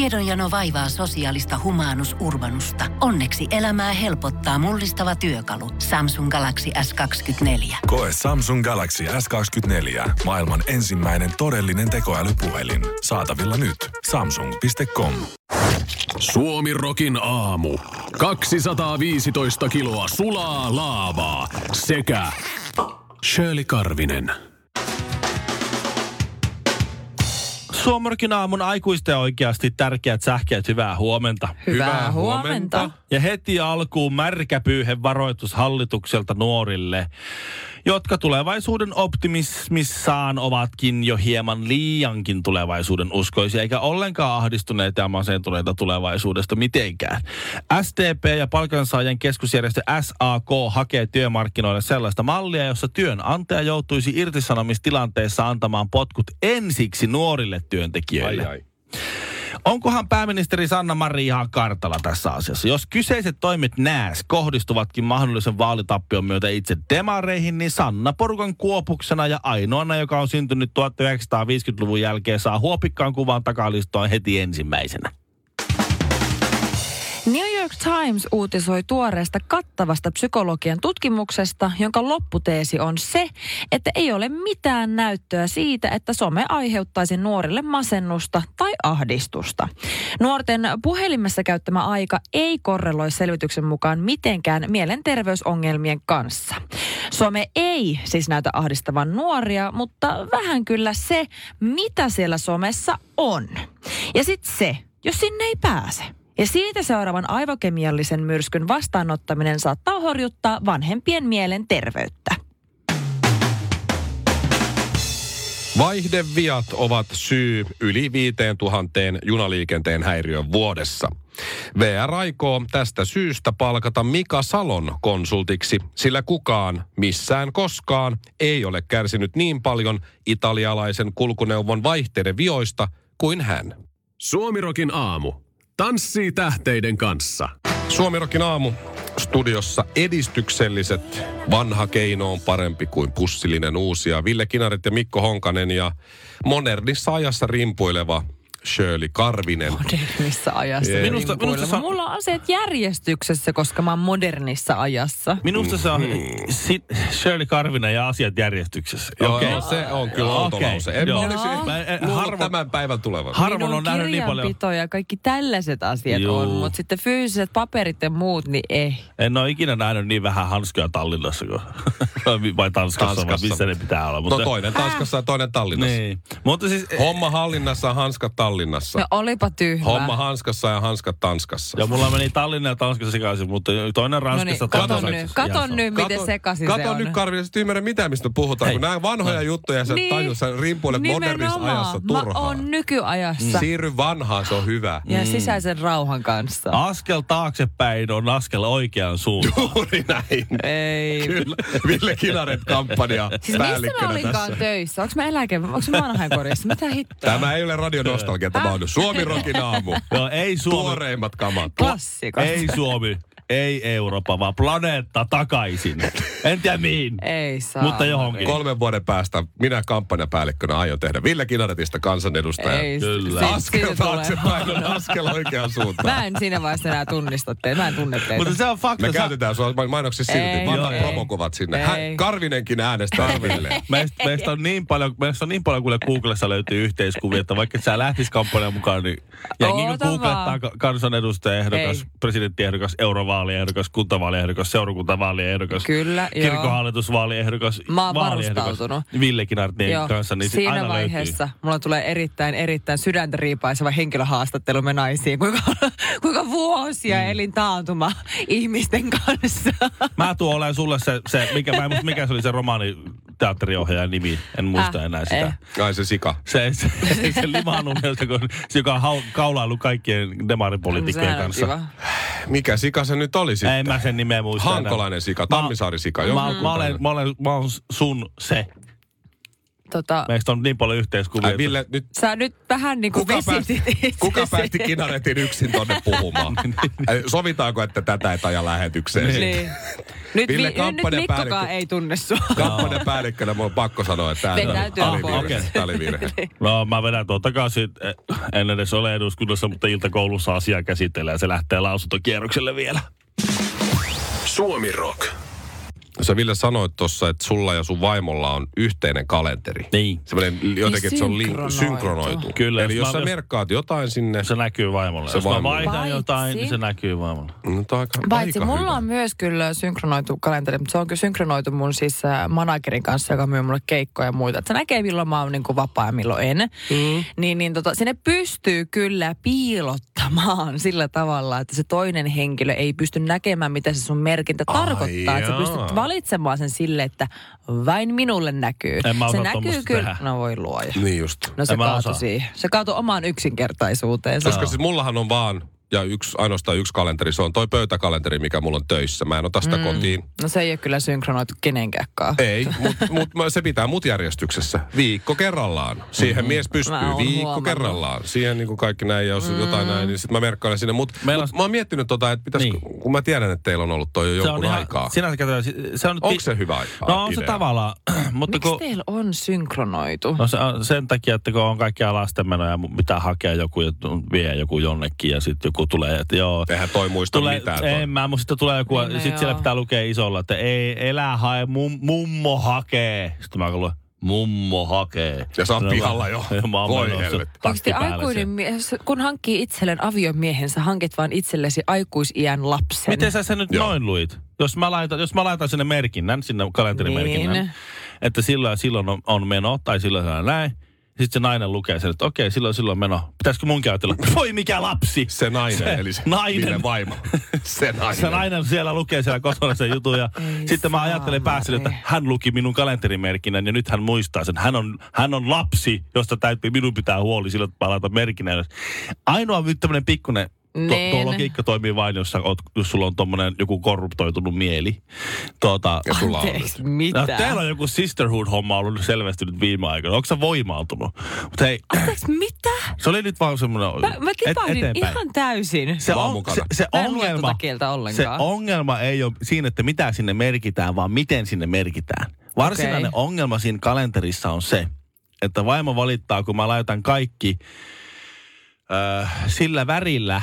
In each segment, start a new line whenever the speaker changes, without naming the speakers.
Tiedonjano vaivaa sosiaalista humanus urbanusta. Onneksi elämää helpottaa mullistava työkalu. Samsung Galaxy S24.
Koe Samsung Galaxy S24. Maailman ensimmäinen todellinen tekoälypuhelin. Saatavilla nyt. Samsung.com.
Suomi Rokin aamu. 215 kiloa sulaa laavaa sekä Shirley Karvinen.
Suomorkin aamun aikuisten oikeasti tärkeät sähkeet, hyvää huomenta.
Hyvää, huomenta.
Ja heti alkuun märkäpyyhen varoitus hallitukselta nuorille, jotka tulevaisuuden optimismissaan ovatkin jo hieman liiankin tulevaisuuden uskoisia, eikä ollenkaan ahdistuneita ja masentuneita tulevaisuudesta mitenkään. STP ja palkansaajien keskusjärjestö SAK hakee työmarkkinoille sellaista mallia, jossa työnantaja joutuisi irtisanomistilanteessa antamaan potkut ensiksi nuorille työntekijöille.
Ai ai.
Onkohan pääministeri Sanna Marin ihan kartalla tässä asiassa? Jos kyseiset toimet nääs kohdistuvatkin mahdollisen vaalitappion myötä itse demareihin, niin Sanna porukan kuopuksena ja ainoana, joka on syntynyt 1950-luvun jälkeen, saa huopikkaan kuvan takalistoon heti ensimmäisenä.
New York Times uutisoi tuoreesta kattavasta psykologian tutkimuksesta, jonka lopputeesi on se, että ei ole mitään näyttöä siitä, että some aiheuttaisi nuorille masennusta tai ahdistusta. Nuorten puhelimessa käyttämä aika ei korreloi selvityksen mukaan mitenkään mielenterveysongelmien kanssa. Some ei siis näytä ahdistavan nuoria, mutta vähän kyllä se, mitä siellä somessa on. Ja sitten se, jos sinne ei pääse. Ja siitä seuraavan aivokemiallisen myrskyn vastaanottaminen saattaa horjuttaa vanhempien mielen terveyttä.
Vaihdeviat ovat syy yli 5000 junaliikenteen häiriön vuodessa. VR aikoo tästä syystä palkata Mika Salon konsultiksi, sillä kukaan missään koskaan ei ole kärsinyt niin paljon italialaisen kulkuneuvon vaihteiden vioista kuin hän.
Suomi Rokin aamu. Tanssii tähteiden kanssa.
Suomirokin aamu studiossa edistykselliset. Vanha keino on parempi kuin pussillinen uusia. Ville Kinarit ja Mikko Honkanen ja modernissa ajassa rimpuileva Shirley Karvinen.
Modernissa ajassa.
Jee. Niin
Minusta-
rimpuileva.
minusta se on-
Mulla on asiat järjestyksessä, koska mä oon modernissa ajassa.
Minusta se on
Mhm.
sit Shirley Karvinen ja asiat järjestyksessä.
Joo,
Okei.
joo, se on kyllä
Okei,
outo lause. En
joo.
mä olisi
Mä en- en-
luullut
harvo-
tämän päivän tulevan.
Harvoin
Minun
on nähnyt niin paljon.
kirjanpito ja kaikki tällaiset asiat
Juu.
on, mutta sitten fyysiset paperit ja muut, niin ei.
En ole ikinä nähnyt niin vähän hanskoja Tallinnassa kuin, vai Tanskassa, Tanskassa.
Tanskassa.
missä ne pitää olla.
No toinen Tanskassa ja toinen Tallinnassa.
Niin. Mutta siis,
Homma hallinnassa ja hanskat Tallinnassa.
No olipa tyhmä. No
Homma hanskassa ja hanskat Tanskassa.
ja mulla meni Tallinna ja Tanskassa sekaisin, mutta toinen
no
Ranskassa,
niin,
toinen
katon nyt,
Saksassa. Ja se
katon
on-
nyt, miten
Kato-
sekaisin
kato
se on.
nyt Karvi, sä et ymmärrä mitään, mistä puhutaan.
Hei.
Kun nämä vanhoja juttuja sä niin. tajus, sä rimpuilet modernissa
nimenomaan.
ajassa
Mä
turhaan. Mm.
oon nykyajassa
Siirry vanhaan, se on hyvä.
ja sisäisen rauhan kanssa.
Askel taaksepäin on askel oikeaan suuntaan.
Juuri näin.
Ei.
Kyllä. Ville Kilaret kampanja
Siis missä mä
päällikkönä
olinkaan
tässä.
töissä? Onko mä eläke, onko mä vanhainkodissa? Mitä hittoa?
Tämä ei ole Radio Nostalgia, tämä on Suomi Rokin aamu.
No ei Suomi,
Tuoreimmat kamat.
Klassikot.
ei Suomi, ei Eurooppa, vaan planeetta takaisin. En tiedä mihin,
Ei saa.
mutta johonkin.
Kolmen vuoden päästä minä kampanjapäällikkönä aion tehdä Ville Kinaretista kansanedustaja.
Ei,
Kyllä.
si-
Askel
siitä tulee
taaksepäin on askel oikeaan suuntaan.
Mä en siinä vaiheessa enää tunnista teitä. Mä en tunne teitä.
Mutta se on fakta.
Me
Sä-
käytetään sua main- mainoksissa silti.
Ei,
Mä
joo, ei.
annan promokuvat sinne. Hän,
Ei.
Karvinenkin äänestää Ville.
Meistä, meistä, on niin paljon, meistä on niin paljon, kuule Googlessa löytyy yhteiskuvia, että vaikka et sä lähtis kampanjan mukaan, niin jengi kun
Oota
googlettaa
vaan.
ka- kansanedustajaehdokas,
Ei.
presidenttiehdokas, eurovaaliehdokas, kuntavaaliehdokas, seurakuntavaaliehdokas,
Kyllä, joo.
kirkonhallitusvaaliehdokas,
Mä oon
vaaliehdokas,
varustautunut.
Villekin Artnien
Joo,
kanssa, niin sit
siinä
aina
vaiheessa mulla tulee erittäin, erittäin sydäntä riipaiseva henkilöhaastattelumme naisiin, kuinka, kuinka vuosia mm. elin taantuma ihmisten kanssa.
löytyy. Mä tuun olemaan sulle se, se mikä, mä en muista, mikä se oli se romaani teatteriohjaajan nimi, en muista
Äh,
enää sitä.
eh.
Ai se sika.
Se, se, se, se limaanumiosta, kun- se, joka on hau, kaulaillut kaikkien demaripolitiikkojen
Sehän on
kanssa.
kiva.
Mikä sika se nyt oli sitten?
Ei mä sen nimeä muista enää.
Hankolainen sika,
Mä-
Tammisaari sika.
Mä, mä, olen, mä, olen, mä olen sun se.
tota,
Meistä on niin paljon yhteiskuvia.
Ai Ville, nyt
sä nyt vähän niin kuin
kuka päästi,
vesitit
kuka
itsesi.
päästi Kinaretin yksin tonne puhumaan?
Niin,
Ai, Sovitaanko, että tätä ei taja lähetykseen?
Niin. Nyt,
Ville
vi, nyt
Kamppanen
Mikkokaan
päällikkö.
ei tunne sua.
Kampanjan päällikkönä mun on pakko sanoa, että tämä oli,
Vetäytyy
tää oli
pois.
virhe. Tää oli virhe.
Niin.
No mä vedän tuon takaisin. eh, En edes ole eduskunnassa, mutta iltakoulussa asiaa käsitellään. Se lähtee lausuntokierrokselle vielä.
Suomi Rock.
Sä Ville sanoit tuossa, että sulla ja sun vaimolla on yhteinen kalenteri.
Niin.
Semmoinen jotenkin, että se on
synkronoitu.
link- synkronoitu.
Kyllä,
Eli
jos
jos
mä-
sä
jos-
merkkaat jotain sinne,
Se näkyy vaimolle.
Se
Jos mä
vaimolle.
vaihdan
Paitsi-
jotain, niin se näkyy vaimolle.
no, tää on aika,
Paitsi
aika
mulla
hyvä.
on myös kyllä synkronoitu kalenteri, mutta se on kyllä synkronoitu mun siis äh, managerin kanssa, joka myy mulle keikkoja ja muita. Et se näkee milloin mä oon niin kuin vapaa ja milloin en. Mm. Niin, niin tota, sinne pystyy kyllä piilottamaan sillä tavalla, että se toinen henkilö ei pysty näkemään, mitä se sun merkintä
Ai
tarkoittaa. Että sä
jaa.
pystyt valitsemaan sen sille, että vain minulle näkyy.
En mä
se
osaa
näkyy
tommosta
kyllä.
tehdä.
No voi luoja.
Niin just.
No se
En mä
kaatui
osaa.
siihen. Se kaatui omaan yksinkertaisuuteensa.
Koska siis mullahan on vaan, ja yksi, ainoastaan yksi kalenteri, se on toi pöytäkalenteri, mikä mulla on töissä. Mä en ota sitä kotiin.
No se ei ole kyllä synkronoitu kenenkääkaan.
Ei, mutta mut, mä- se pitää mut järjestyksessä. Viikko kerrallaan. Siihen
Mm-hmm.
mm. mies pystyy.
Mä oon
Viikko
huomannut.
kerrallaan. Siihen niin kuin kaikki näin, ja jos mm. jotain näin, niin sit mä merkkailen sinne. Mut,
Meillä
mut
on-
mä oon miettinyt tota, että pitäis, niin.
Niin.
kun mä tiedän, että teillä on ollut toi jo jonkun aikaa. Ihan...
Sinänsä katsotaan, se on nyt...
Onko se hyvä aika?
No on se
idea?
tavallaan, mutta
Miksi
kun...
teillä on synkronoitu?
No se on sen takia, että kun on kaikkia lastenmenoja, ja mitä hakea joku ja vie joku jonnekin ja sitten joku tulee, että joo.
Eihän toi muista
Tulee,
mitään. Toi.
en mä, mutta sitten tulee joku,
Niin, no
niin sitten siellä
joo.
pitää lukea isolla, että ei, elä hae, mum, mummo hakee. Sitten mä luen, mummo hakee.
Ja sä oot
No mä-
pihalla jo.
Ja mä oon
Voi
menossa
helvetti.
Onko
takki
te
päällä
aikuinen
siihen.
mies, kun hankkii itselleen aviomiehen, sä hankit vaan itsellesi aikuisiän lapsen?
Miten sä sen nyt
Joo.
Joo. noin luit? Jos mä, laitan, jos mä laitan sinne merkinnän, sinne kalenterimerkinnän,
Niin.
niin. että silloin ja silloin on, on meno, tai silloin ja silloin näin. Sitten se nainen lukee sen, että okei, silloin ja silloin on meno. Pitäisikö mun käytellä? Voi mikä lapsi!
Se nainen,
Se
eli se
nainen.
Villen vaimo. Se nainen.
Se nainen siellä lukee siellä kotona sen jutun ja
Ei
sitten mä ajattelin
saamari.
päässä, että hän luki minun kalenterimerkinnän ja nyt hän muistaa sen. Hän on, hän on lapsi, josta täytyy minun pitää huoli silloin, että mä laitan merkinnän. ylös. Ainoa nyt tämmöinen pikkuinen Tuo, tuo
Niin.
logiikka toimii vain, jos, sä oot, jos sulla on tommonen joku korruptoitunut mieli. Tuota,
Ja sulla on nyt.
Anteeksi, mitä?
no, teillä on joku sisterhood-homma ollut selvästi nyt viime aikoina. Onko sä voimautunut? Mutta hei,
Anteeksi, mitä?
se oli nyt vaan semmoinen...
Mä, mä tipahdin
eteenpäin.
ihan täysin.
Se,
Vaan
on,
mukana.
se, se,
Mä en lue
ongelma,
tuota kieltä
se
ollenkaan.
ongelma ei ole siinä, että mitä sinne merkitään, vaan miten sinne merkitään. Varsinainen
Okei.
okay. ongelma siinä kalenterissa on se, että vaimo valittaa, kun mä laitan kaikki äh, sillä värillä,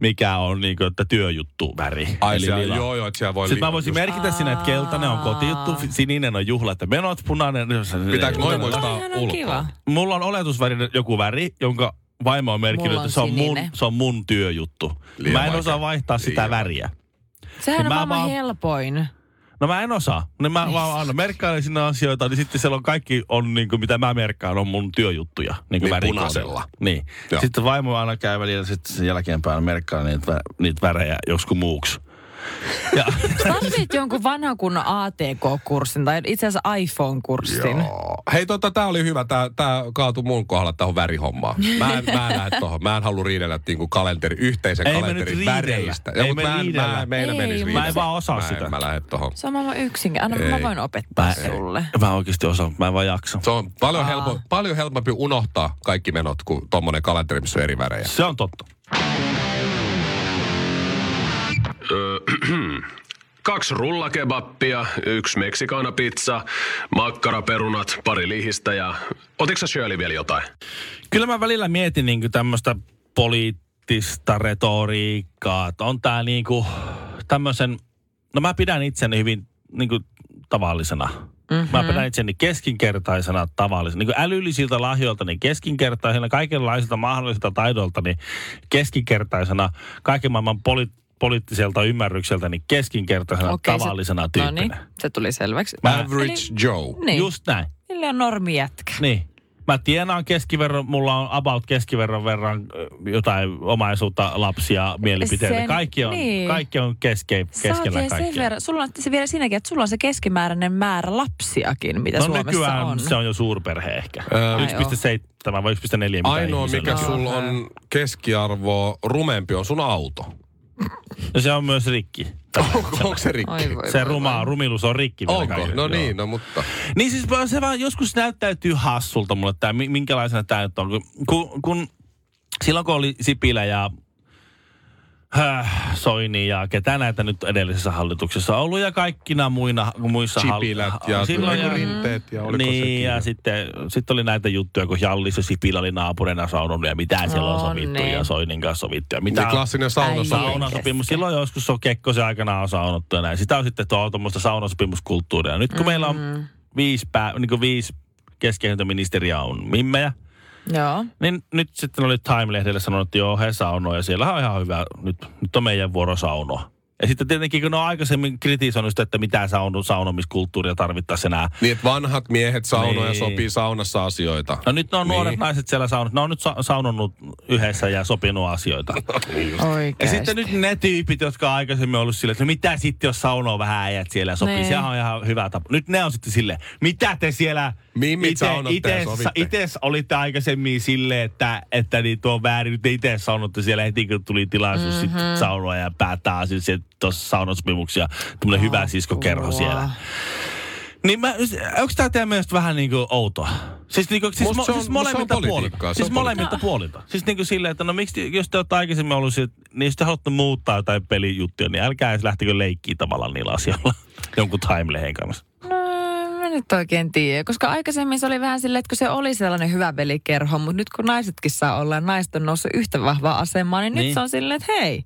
mikä on niin kuin, että työjuttu väri.
Ai
Eli
siellä,
lila.
joo, joo, että siellä voi
Sitten mä
liian-
voisin
just-
merkitä sinne, että keltainen on kotijuttu, fi- sininen on juhla, että menot, punainen...
Pitääkö noin
Tota,
muistaa
Toihan on
ulkoa?
kiva.
Mulla on oletusvärinen joku väri, jonka vaimo on merkinnyt,
Mulla on
että se on, mun,
sininen.
se on mun työjuttu.
Liian
mä en
vaikea.
osaa vaihtaa sitä
Liian.
väriä.
Sehän
Niin
on
mä
maailman
vaan-
helpoin.
No mä en osaa. No mä vaan annan merkkailen sinne asioita, niin sitten siellä on kaikki, on niin kuin, mitä mä merkkaan, on mun työjuttuja. Niin,
Niin
kuin värikoodilla.
punaisella.
Niin.
Joo.
Sitten vaimo aina käy välillä, sitten sen jälkeenpäin merkkaa niitä, vä- niitä värejä joskus muuksi. Ja,
Tarvit jonkun vanhan kunnon ATK-kurssin tai itse asiassa iPhone-kurssin.
Joo. Hei, tota, tää oli hyvä. Tää, tää kaatui mun kohdalla tähän värihommaan. Mä en, mä en lähde tohon. Mä en halua riidellä niinku kalenteri, yhteisen
Ei me
kalenterin
nyt
väreistä.
riidellä. Ei
mut
me
mä, en- mä,
riidellä.
meillä
Ei,
menisi
mutta
riidellä.
Mä en vaan osaa
mä
sitä.
En, mä lähden tohon.
Se on maailman yksinkin. Anna mä
Ei.
voin opettaa
mä,
sulle.
mä oikeasti osaan, mutta mä en vaan jaksa.
Se on
Ah.
paljon, helpo, paljon helpompi unohtaa kaikki menot kuin tommonen kalenteri, missä on eri värejä.
Se on totta.
Kaksi rullakebappia, yksi meksikaanapizza, makkaraperunat, pari lihistä ja... Otitko sä Shirley vielä jotain?
Kyllä mä välillä mietin niin tämmöistä poliittista retoriikkaa, että on tää niin kuin tämmöisen, no mä pidän itseni hyvin niin kuin tavallisena. Mm-hmm.
Mhm.
Mä pidän itseni keskinkertaisena tavallisena. Niin kuin älyllisiltä lahjoilta, niin keskinkertaisena, kaikenlaisilta mahdollisilta taidoilta, niin keskinkertaisena, kaiken maailman poli- poliittiselta ymmärrykseltä, niin keskinkertaisena okay,
Okei, se-
tavarisena se...
No
tyyppinä.
niin, se tuli selväksi.
Mä-
Average Joe.
Niin. Just.
Just näin.
Sille on normijätkä.
Niin. Mä tienaan keskiverron, mulla on about keskiverron verran ö, jotain omaisuutta, lapsia, mielipiteitä.
Sen-
Sen, kaikki on,
niin.
niin. kaikki on keske,
Sä oot
keskellä
vielä sen
kaikkea.
verran, sulla on se vielä siinäkin, että sulla on se keskimääräinen määrä lapsiakin, mitä
No
Suomessa
nykyään
on.
se on jo suurperhe ehkä.
Öö,
1,7 vai 1,4 mitä
Ainoa,
ihmisellä
mikä
on.
sulla on keskiarvo rumempi, on sun auto.
No se on myös rikki.
Onko, onko se rikki?
Oi voi
Se
voi
rumaa rumilus on rikki. vielä
Onko?
kaikille,
No
joo.
niin, no mutta.
Niin siis vaan se vaan joskus näyttäytyy hassulta mulle, tämä, mi- minkälaisena tämä nyt on. Kun, kun silloin kun oli Sipilä ja äh, Soini ja ketä näitä nyt edellisessä hallituksessa on ollut ja kaikkina muina, muissa hall-
Chipilät ja
silloin
tuliko rinteet ja oliko sekin
niin, ja
jo?
sitten sit oli näitä juttuja, kun Jallis ja Sipilä oli naapurina saunonut ja mitä siellä on
No
sovittu
niin.
ja Soinin kanssa sovittu ja mitä
Niin klassinen
Ai, ai.
saunasauna.
Saunasopimus. Silloin joskus on Kekkosen aikana on saunottu ja näin. Sitä on sitten tuo tuommoista saunasopimuskulttuuria. Nyt kun mm-hmm. meillä on viisi, pää, niin kuin viisi keskeisintä ministeriä on mimmejä,
Joo.
niin nyt sitten oli Time-lehdelle sanonut, että joo, he saunoo ja siellä on ihan hyvä, nyt, nyt on meidän vuoro saunoa. Ja sitten tietenkin, kun ne on aikaisemmin kritisoinut sitä, että mitä saun, saunomiskulttuuria tarvittaisiin enää.
Niin, että vanhat miehet saunoja
Niin.
sopii saunassa asioita.
No nyt ne on niin. nuoret
Niin.
naiset siellä saunut. Ne on nyt sa- saunonnut yhdessä ja sopinut asioita. Ja
Oikeasti.
sitten nyt ne tyypit, jotka on aikaisemmin ollut silleen, että no mitä sitten, jos saunoo vähän äijät siellä ja sopii.
Niin.
Sehän on ihan hyvä tapa. Nyt ne on sitten silleen, mitä te siellä
Mimmit saunotte ja sovitte.
itse olitte aikaisemmin silleen, että, että niin tuo on väärin. Te itse saunotte siellä heti, kun tuli tilaisuus mm-hmm. sitten saunoa ja päättää asioissa tuossa saunasopimuksia. Tämmöinen hyvä siskokerho siellä. Niin mä, onko tämä teidän mielestä vähän niin kuin outoa? Siis, niinku, siis,
Musta
mo,
se on-
siis
musta se on
molemmilta
politiikkaa,
puolilta.
se on
Siis molemmilta puolilta. Siis niin kuin silleen, että no miksi, jos te olette aikaisemmin ollut, sit- niin jos te haluatte muuttaa jotain pelijuttuja, niin älkää edes lähtekö leikkiin tavallaan niillä asioilla jonkun Time-lehen kanssa.
No, en mä nyt oikein tiedä, koska aikaisemmin se oli vähän silleen, että kun se oli sellainen hyvä pelikerho, mutta nyt kun naisetkin saa olla ja naiset on noussut yhtä vahvaa asemaan, niin, niin.
Niin.
nyt se on silleen, että hei,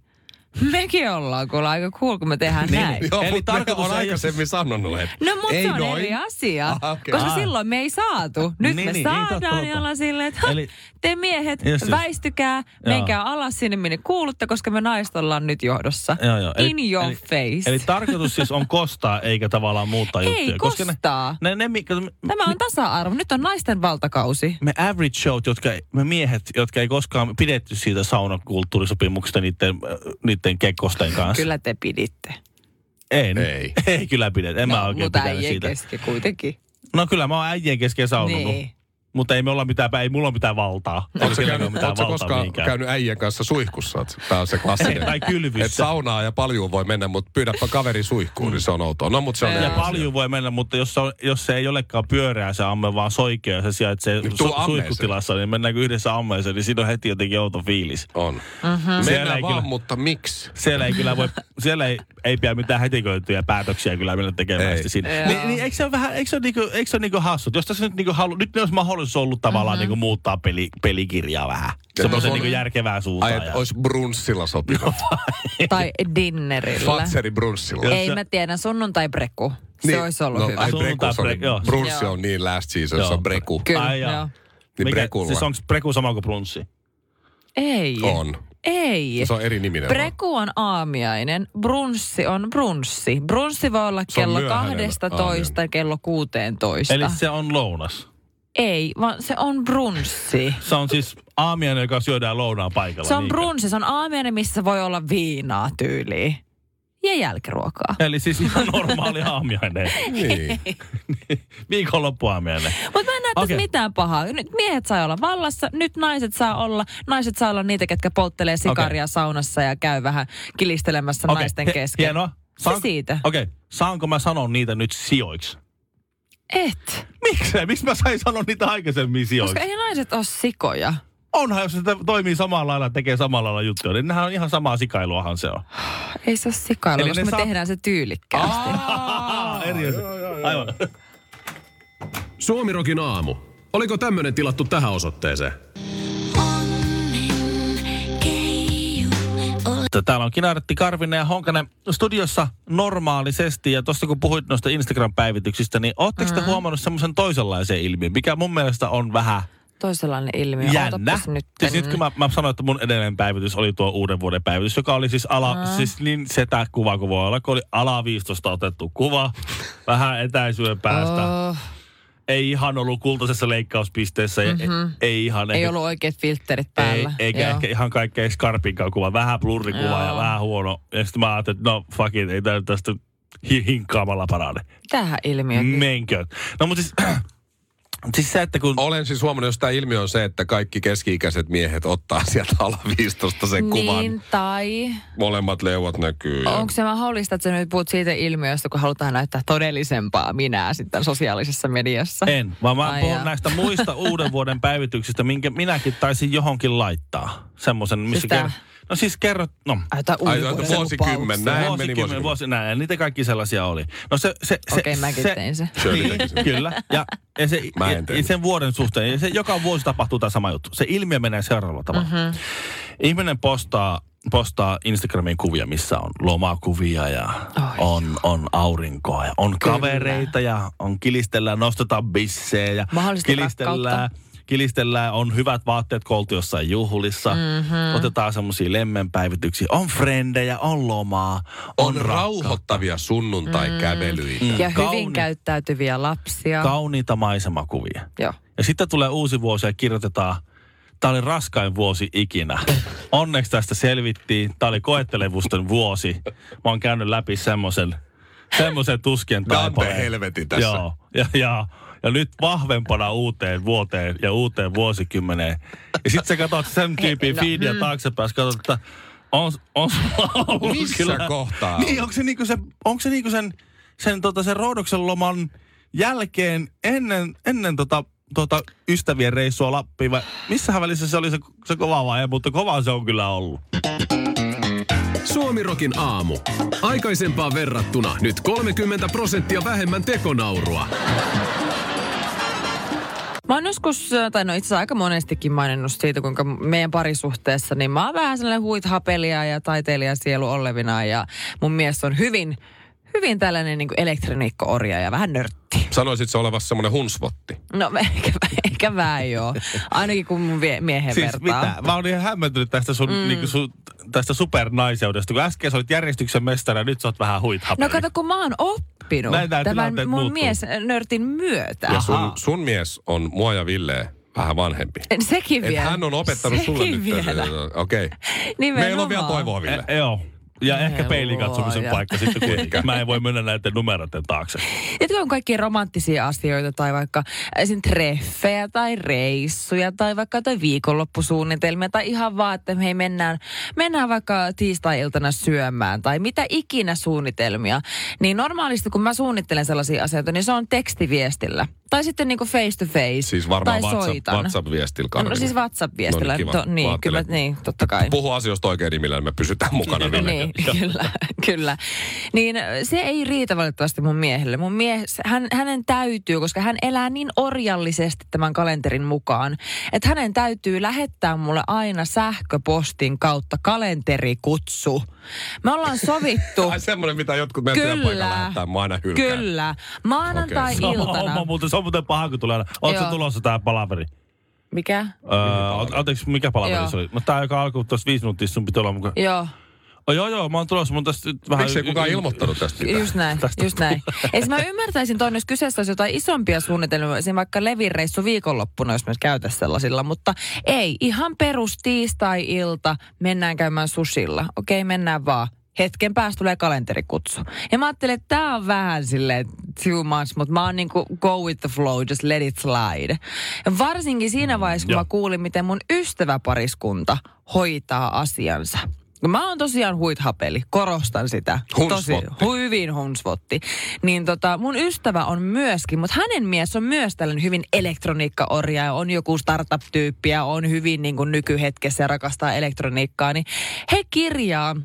mekin ollaan kuulla aika cool, kun me tehdään niin. näin.
Joo,
Eli
Eli
tarkoitus
on
ei-
aikaisemmin sanonut, että
No mutta
ei
se on
noin.
eri asia,
Ah, okei.
koska
Ah.
silloin me ei saatu. Nyt
Niin,
me
niin, ei totta,
saadaan
totta.
ja ollaan silleen, että Eli,
Eli-
te miehet
Just, just.
väistykää,
Joo.
menkää alas sinne minne kuulutte, koska me naiset ollaan nyt johdossa.
Joo, joo. Eli-
In your
eli-
face.
Eli tarkoitus siis on kostaa, eikä tavallaan muuttaa
Ei
juttuja.
kostaa.
ne, ne, ne, mikä-
Tämä on tasa-arvo, nyt on naisten valtakausi.
me average showt, jotka, me miehet, jotka ei koskaan pidetty siitä saunakulttuurisopimuksesta niiden, niiden kekkosten kanssa.
Kyllä te piditte.
Ei, niin.
Ei.
ei kyllä pidetä. En no, mä oikein
mutta
pitänyt
äijien
siitä.
kesken kuitenkin.
No kyllä mä oon äijien kesken saunonut.
Niin.
Mutta ei, me olla mitään, ei mulla ole mitään valtaa.
Oletko sä
Ei
käynyt,
kenelläkään
ootko sä koskaan
mihinkään.
käynyt äijän kanssa suihkussa? Tämä on se klassinen.
Tai kylvyssä.
Et saunaa ja paljon voi mennä, mutta pyydäpä kaveri suihkuun, niin se on outoa. No, mutta se on eri
Ja
asia.
paljon voi mennä, mutta jos se, on, jos se ei olekaan pyöreä se amme, vaan soikea ja se sijaitsee
Niin tuu
su-
ammeeseen.
suihkutilassa, niin mennäänkö yhdessä ammeeseen, niin siinä on heti jotenkin outo fiilis.
Mhm.
On.
Siellä
Mennään
ei
vaan,
kyllä-
mutta miksi?
Siellä ei kyllä voi, siellä ei, ei pidä mitään hätiköityjä päätöksiä kyllä mennä tekemään
Ei.
sitten siinä.
Joo.
Ni, niin eikö se ole vähän, eikö se ole niinku, eikö se ole niinku hassut? Jos tässä nyt niinku halu, nyt ne olisi mahdollisuus ollut tavallaan
Mhm.
mm-hmm. niinku muuttaa peli, pelikirjaa vähän. Semmoisen
on-
niinku järkevää
Ai,
suuntaan.
että
ja-
olisi brunssilla
No,
sopinut.
Tai dinnerillä.
Fatseri brunssilla.
Jos
Ei
se- Niin.
mä tiedä, sunnuntai-brekku. Se olisi ollut
no,
hyvä.
Ai,
Sunnuntai
breku, se on,
brek- joo.
brunssi
Joo.
on niin last season, se
Joo.
on breku.
Kyllä,
Ai jaa.
joo.
Niin
Mikä,
brekulla.
siis onko preku sama kuin brunssi?
Ei,
On.
ei.
Se on eri niminen.
Preku on aamiainen, brunssi on brunssi. Brunssi voi olla
Se on
kello
myöhäinen
12 kello 16.
Eli se on lounas.
Ei, vaan se on brunssi.
Se on siis aamiainen, joka syödään lounaan paikalla.
Se on
niinkö?
brunssi, se on aamiainen, missä voi olla viinaa tyyliin. Ja jälkiruokaa.
Eli siis ihan normaali aamiainen.
Niin.
Viikonloppuaamiainen.
Mutta mä en näe tässä
Okei.
mitään pahaa. Nyt miehet saa olla vallassa, nyt naiset saa olla. Naiset saa olla niitä, ketkä polttelee sikaria saunassa ja käy vähän kilistelemässä
Okei,
naisten
hi-
kesken.
Hienoa.
Se siitä.
Okei, okay. saanko mä sanoa niitä nyt sijoiksi?
Et,
Miksei? Miksi mä sain sanoa niitä aikaisemmin sijoiksi?
koska ei naiset ole sikoja.
Onhan, jos se t- toimii samalla lailla, tekee samalla lailla juttuja, niin nehän on ihan samaa sikailuahan se on.
Ei se ole sikailu,
Eli
jos
ne
me
saa-
tehdään se tyylikkäästi.
Ah, eri asia. Aivan.
Suomirokin aamu. Oliko tämmönen tilattu tähän osoitteeseen?
Mutta Täällä on Kinaretti Karvinen ja Honkanen studiossa normaalisesti. Ja tuosta kun puhuit noista Instagram-päivityksistä, niin ootteko te
Mm-hmm.
huomannut semmoisen toisenlaisen ilmiön, mikä mun mielestä on vähän
Toisenlainen ilmiö.
jännä.
Ootapas Niin, Nyt.
Siis nyt kun mä, mä sanoin, että mun edellinen päivitys oli tuo uuden vuoden päivitys, joka oli siis ala, siis niin setä kuva kuin voi olla, kun oli ala 15 otettu kuva, vähän etäisyyden päästä.
Oh,
Ei ihan ollut kultaisessa leikkauspisteessä, mm-hmm. ei, ei ihan.
Mhm. ei
ehkä-
ollut oikeat filterit
ei,
päällä.
eikä
Joo.
ehkä ihan kaikkea skarpinkaan kuva, vähän blurrikuva ja
Joo.
vähän huono. Ja sitten mä ajattelin, että no fuck it, ei tää nyt tästä hi- hinkkaamalla parane.
Tähän ilmiö.
Menkö? No mutta siis Siis se, että kun...
Olen siis huomannut, jos tämä ilmiö on se, että kaikki keski-ikäiset miehet ottaa sieltä alla 15 sen niin. kuvan.
Niin, tai
Molemmat leuat näkyy. ja-
onko se mahdollista, että sä nyt puhut siitä ilmiöstä, kun halutaan näyttää todellisempaa minää sitten sosiaalisessa mediassa?
En, vaan mä
Ai
puhun
jaa.
näistä muista uuden vuoden päivityksistä, minkä minäkin taisin johonkin laittaa. Semmoisen, missä
tää?
ker- No siis kerrot, no.
Ai, jotain
Ai,
uuden
jotain
vuoden
vuosikymmen,
lupauksia.
näin. meni
vuosikymmenen,
vuosikymmenen.
vuosi, näin, niitä kaikki sellaisia oli. No se, se, se,
Okei, mäkin tein sen.
Shirley
Niin,
teki sen.
Kyllä, ja, ja, se,
Mä en
ja- ja
tehnyt.
sen vuoden suhteen, ja se, joka vuosi tapahtuu tämä sama juttu. Se ilmiö menee seuraavalla tavalla.
Mhm.
Mm-hmm. Ihminen postaa, postaa Instagramiin kuvia, missä on lomakuvia ja
Ai
on, on aurinkoa ja on
Kyllä.
kavereita ja on kilistellään, nostetaan bissejä ja
Mahdollista
kilistellään,
rakkautta.
kilistellään, on hyvät vaatteet kooltu jossain juhlissa, mm-hmm. otetaan semmoisia lemmenpäivityksiä, on frendejä, on lomaa,
On
on,
rauhoittavia sunnuntai-kävelyitä.
Ja
Mm.
hyvin
Kauni-
käyttäytyviä lapsia.
kauniita maisemakuvia.
Joo.
Ja sitten tulee uusi vuosi ja kirjoitetaan, tämä oli raskain vuosi ikinä. Onneksi tästä selvittiin. Tämä oli koettelevusten vuosi. Mä oon käynyt läpi semmoisen semmoisen tuskien
Dante
taipaleen.
helveti tässä.
Joo. Ja, ja, ja nyt vahvempana uuteen vuoteen ja uuteen vuosikymmeneen. Ja sitten sä katsot sen tyypin feedia taaksepäin, sä katsot, että on, on sulla ollut
Missä
kyllä-
kohtaa?
Niin, onko se niinku, se, onko se niinku sen, sen, tota, sen roudoksen loman jälkeen ennen, ennen tota, tota ystävien reissua Lappiin vai missähän välissä se oli se, se kova vaihe, mutta kova se on kyllä ollut.
Suomirokin aamu. Aikaisempaan verrattuna nyt 30 prosenttia vähemmän tekonaurua.
Mä oon joskus, tai no itse asiassa aika monestikin maininnut siitä, kuinka meidän parisuhteessa, niin mä oon vähän sellainen huithapelija ja taiteilija sielu olevina ja mun mies on hyvin, hyvin tällainen niin elektroniikko-orja ja vähän nörtti.
Sanoisit se olevassa semmoinen hunsvotti.
No ehkä, ehkä vähän joo, ainakin kun mun vie- miehen
Siis
vertaa.
Siis mitä? Mä oon ihan hämmentynyt tästä sun, mm. niinku, sun tästä supernaiseudesta, kun äsken sä olit järjestyksen mestari ja nyt sä oot vähän huithapeli.
No kato, kun mä oon oppinut
Näin tää
tämän
tilanteet
mun
muuttuu.
mies nörtin myötä.
Ja sun,
Ahaa.
sun mies on mua ja Ville vähän vanhempi.
Sekin
Et
vielä.
hän on opettanut
Sekin
sulle nyt.
vielä.
Okei.
Nimenomaan.
Meillä on vielä toivoa, Ville.
E, joo. Ja ehkä
Ei
peilin katsomisen
luoja.
paikka sitten kuitenkin. Mä en voi mennä näiden numeroiden taakse.
Tiedätkö, on kaikkia romanttisia asioita tai vaikka esim. treffejä tai reissuja tai vaikka jotain viikonloppusuunnitelmia tai ihan vaan, että hei mennään, mennään vaikka tiistai-iltana syömään tai mitä ikinä suunnitelmia. Niin normaalisti kun mä suunnittelen sellaisia asioita, niin se on tekstiviestillä. Tai sitten niinku face to face.
Siis varmaan
tai
WhatsApp,
soitan.
WhatsApp-viestillä.
No
Karolina.
siis WhatsApp-viestillä.
No niin,
No,
kiva.
to, niin,
Ajattelen.
kyllä, niin, totta kai.
Puhu asioista oikein nimillä, niin me pysytään mukana. Ville.
Niin, kyllä, kyllä. Niin äh, se ei riitä valitettavasti mun miehelle. Mun mies, hän, hänen täytyy, koska hän elää niin orjallisesti tämän kalenterin mukaan, että hänen täytyy lähettää mulle aina sähköpostin kautta kalenterikutsu. Me ollaan sovittu.
Ai semmoinen, mitä jotkut meidän työpaikalla lähettää, mä aina hylkään.
Kyllä. Maanantai-iltana.
Homma muuten, se on muuten paha, kun tulee. aina, Oot sä
Joo.
tulossa tää palaveri?
Mikä?
Öö, oot- anteeksi, mikä palaveri
Joo.
se oli? No tää, joka alkoi tuossa viisi minuuttia, sun pitää olla mukaan.
Joo.
Oh, joo, joo, mä oon tulossa, mun tästä nyt vähän...
Miksei kukaan ilmoittanut tästä mitään?
Just näin,
Tästä
just näin. Ees mä ymmärtäisin toi, jos kyseessä olisi jotain isompia suunnitelmia, esimerkiksi vaikka levireissu viikonloppuna, jos me käytäisiin sellaisilla, mutta ei, ihan perus tiistai-ilta mennään käymään susilla. Okei, mennään vaan. Hetken päästä tulee kalenterikutsu. Ja mä ajattelin, että tää on vähän silleen too much, mutta mä oon niinku go with the flow, just let it slide. Ja varsinkin siinä vaiheessa, kun
Mm, Joo.
mä kuulin, miten mun ystäväpariskunta hoitaa asiansa. Mä oon tosiaan huithapeli, korostan sitä.
Hunsvotti.
Tosi, hyvin hunsvotti. Niin tota, mun ystävä on myöskin, mutta hänen mies on myös tällainen hyvin elektroniikkaorja ja on joku startup-tyyppi ja on hyvin niin kuin nykyhetkessä ja rakastaa elektroniikkaa. Niin he kirjaa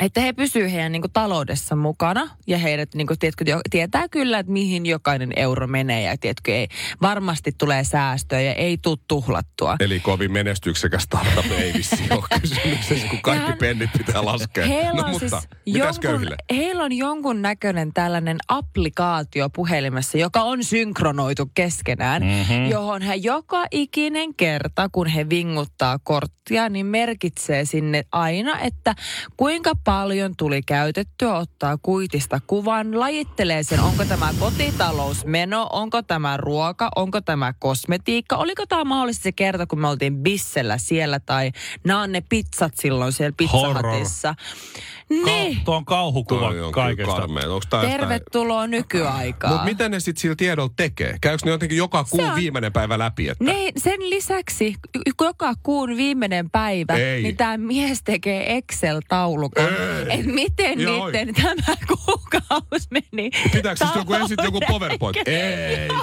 että he pysyvät heidän niin kuin, taloudessa mukana ja heidät niin kuin, tiedätkö, jo- tietää kyllä, että mihin jokainen euro menee ja tiedätkö, ei, varmasti tulee säästöä ja ei tule tuhlattua.
Eli kovin menestyksekäs startup ei vissiin ole kysymyksessä, kun kaikki
Ihan-
pennit pitää laskea.
Heillä
no
on
mutta,
siis
mitäs
jonkun,
köyhille?
heillä on jonkun näköinen tällainen applikaatio puhelimessa, joka on synkronoitu
Mm.
keskenään, mm-hmm. johon he joka ikinen kerta, kun he vinguttaa korttia, niin merkitsee sinne aina, että kuinka paljon tuli käytettyä, ottaa kuitista kuvan, lajittelee sen, onko tämä kotitalousmeno, onko tämä ruoka, onko tämä kosmetiikka, oliko tämä mahdollisesti se kerta, kun me oltiin bissellä siellä tai nämä on ne pizzat silloin siellä
Horror.
pizzahatissa.
Ka-
Niin,
tuo on kauhukuva
Toi on
kaikesta.
kyllä karmea. Onks tää
tervetuloa nykyaikaan.
Mutta mitä ne sitten sillä tiedolla tekee? Käykö ne jotenkin joka kuun
on-
viimeinen päivä läpi? Että...
Ne, sen lisäksi y- joka kuun viimeinen päivä,
Ei.
niin tämä mies tekee Excel-taulukon,
Ei.
että miten
Joo.
niiden tämä kuukausi meni.
Pitääkö siis joku ensin joku
talouden-
PowerPoint? Ei,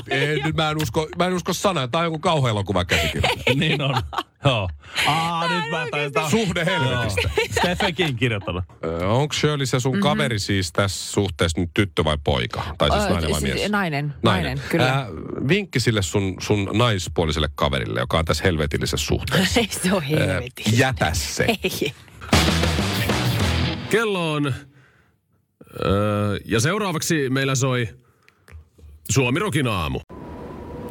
ei, nyt mä en usko, mä en usko sanaa. Tämä on joku kauhuelokuva käsikirjoitus.
niin on. Joo. Aa, nyt mä taitan.
Suhde helvetistä.
Stephen King kirjoittanut.
Onko Shirley se sun kaveri siis tässä suhteessa nyt tyttö vai poika? Tai siis
Ö,
nainen vai
siis
mies?
nainen, nainen, kyllä.
Äh, vinkki sille sun, sun naispuoliselle kaverille, joka on tässä helvetillisessä suhteessa.
Ei se on helvetin.
Jätä se.
Ei.
Kello on... Öö, ja seuraavaksi meillä soi Suomirokin aamu.